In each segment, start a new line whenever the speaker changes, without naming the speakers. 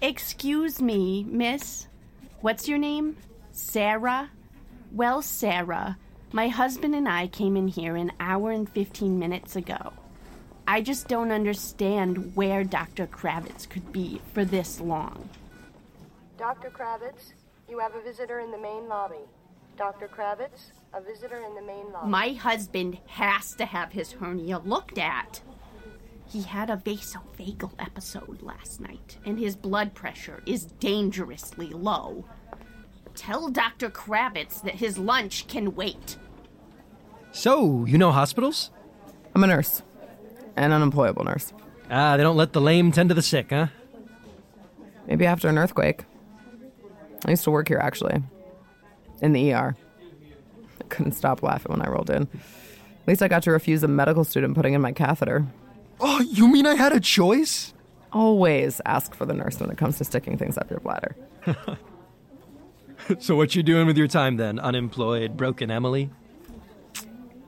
Excuse me, miss. What's your name? Sarah? Well, Sarah, my husband and I came in here an hour and 15 minutes ago. I just don't understand where Dr. Kravitz could be for this long.
Dr. Kravitz, you have a visitor in the main lobby. Dr. Kravitz, a visitor in the main lobby.
My husband has to have his hernia looked at. He had a vasovagal episode last night, and his blood pressure is dangerously low. Tell Dr. Kravitz that his lunch can wait.
So, you know hospitals?
I'm a nurse, an unemployable nurse.
Ah, they don't let the lame tend to the sick, huh?
Maybe after an earthquake. I used to work here, actually, in the ER. I couldn't stop laughing when I rolled in. At least I got to refuse a medical student putting in my catheter.
Oh, you mean I had a choice?
Always ask for the nurse when it comes to sticking things up your bladder.
So, what you doing with your time then? Unemployed, broken Emily?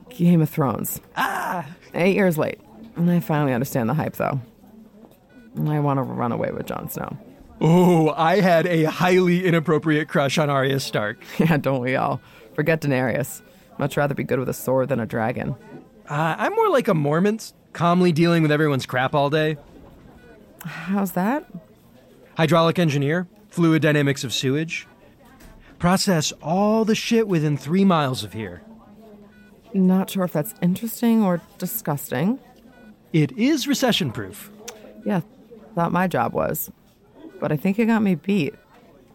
Game of Thrones. Ah! Eight years late. And I finally understand the hype, though. And I want to run away with Jon Snow.
Oh, I had a highly inappropriate crush on Arya Stark.
yeah, don't we all? Forget Daenerys. Much rather be good with a sword than a dragon.
Uh, I'm more like a Mormon, calmly dealing with everyone's crap all day.
How's that?
Hydraulic engineer, fluid dynamics of sewage. Process all the shit within three miles of here.
Not sure if that's interesting or disgusting.
It is recession proof.
Yeah, thought my job was. But I think you got me beat.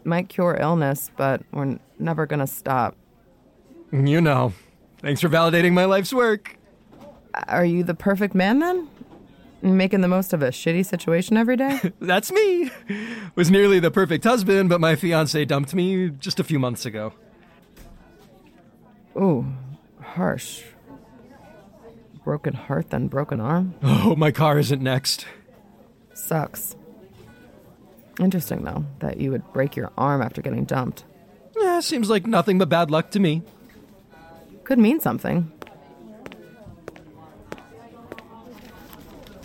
Might cure illness, but we're n- never gonna stop.
You know. Thanks for validating my life's work.
Are you the perfect man then? Making the most of a shitty situation every day?
That's me. Was nearly the perfect husband, but my fiance dumped me just a few months ago.
Ooh, harsh. Broken heart, then broken arm?
Oh, my car isn't next.
Sucks. Interesting, though, that you would break your arm after getting dumped.
Yeah, seems like nothing but bad luck to me.
Could mean something.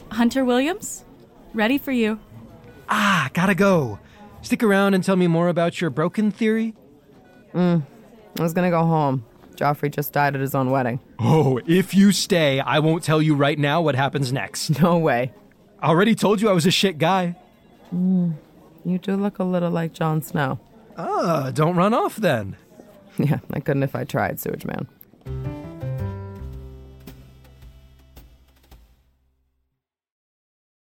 Hunter Williams, ready for you.
Ah, gotta go. Stick around and tell me more about your broken theory.
I was gonna go home. Joffrey just died at his own wedding.
Oh, if you stay, I won't tell you right now what happens next.
No way.
I already told you I was a shit guy.
You do look a little like Jon Snow.
Uh, don't run off then.
Yeah, I couldn't if I tried, sewage man.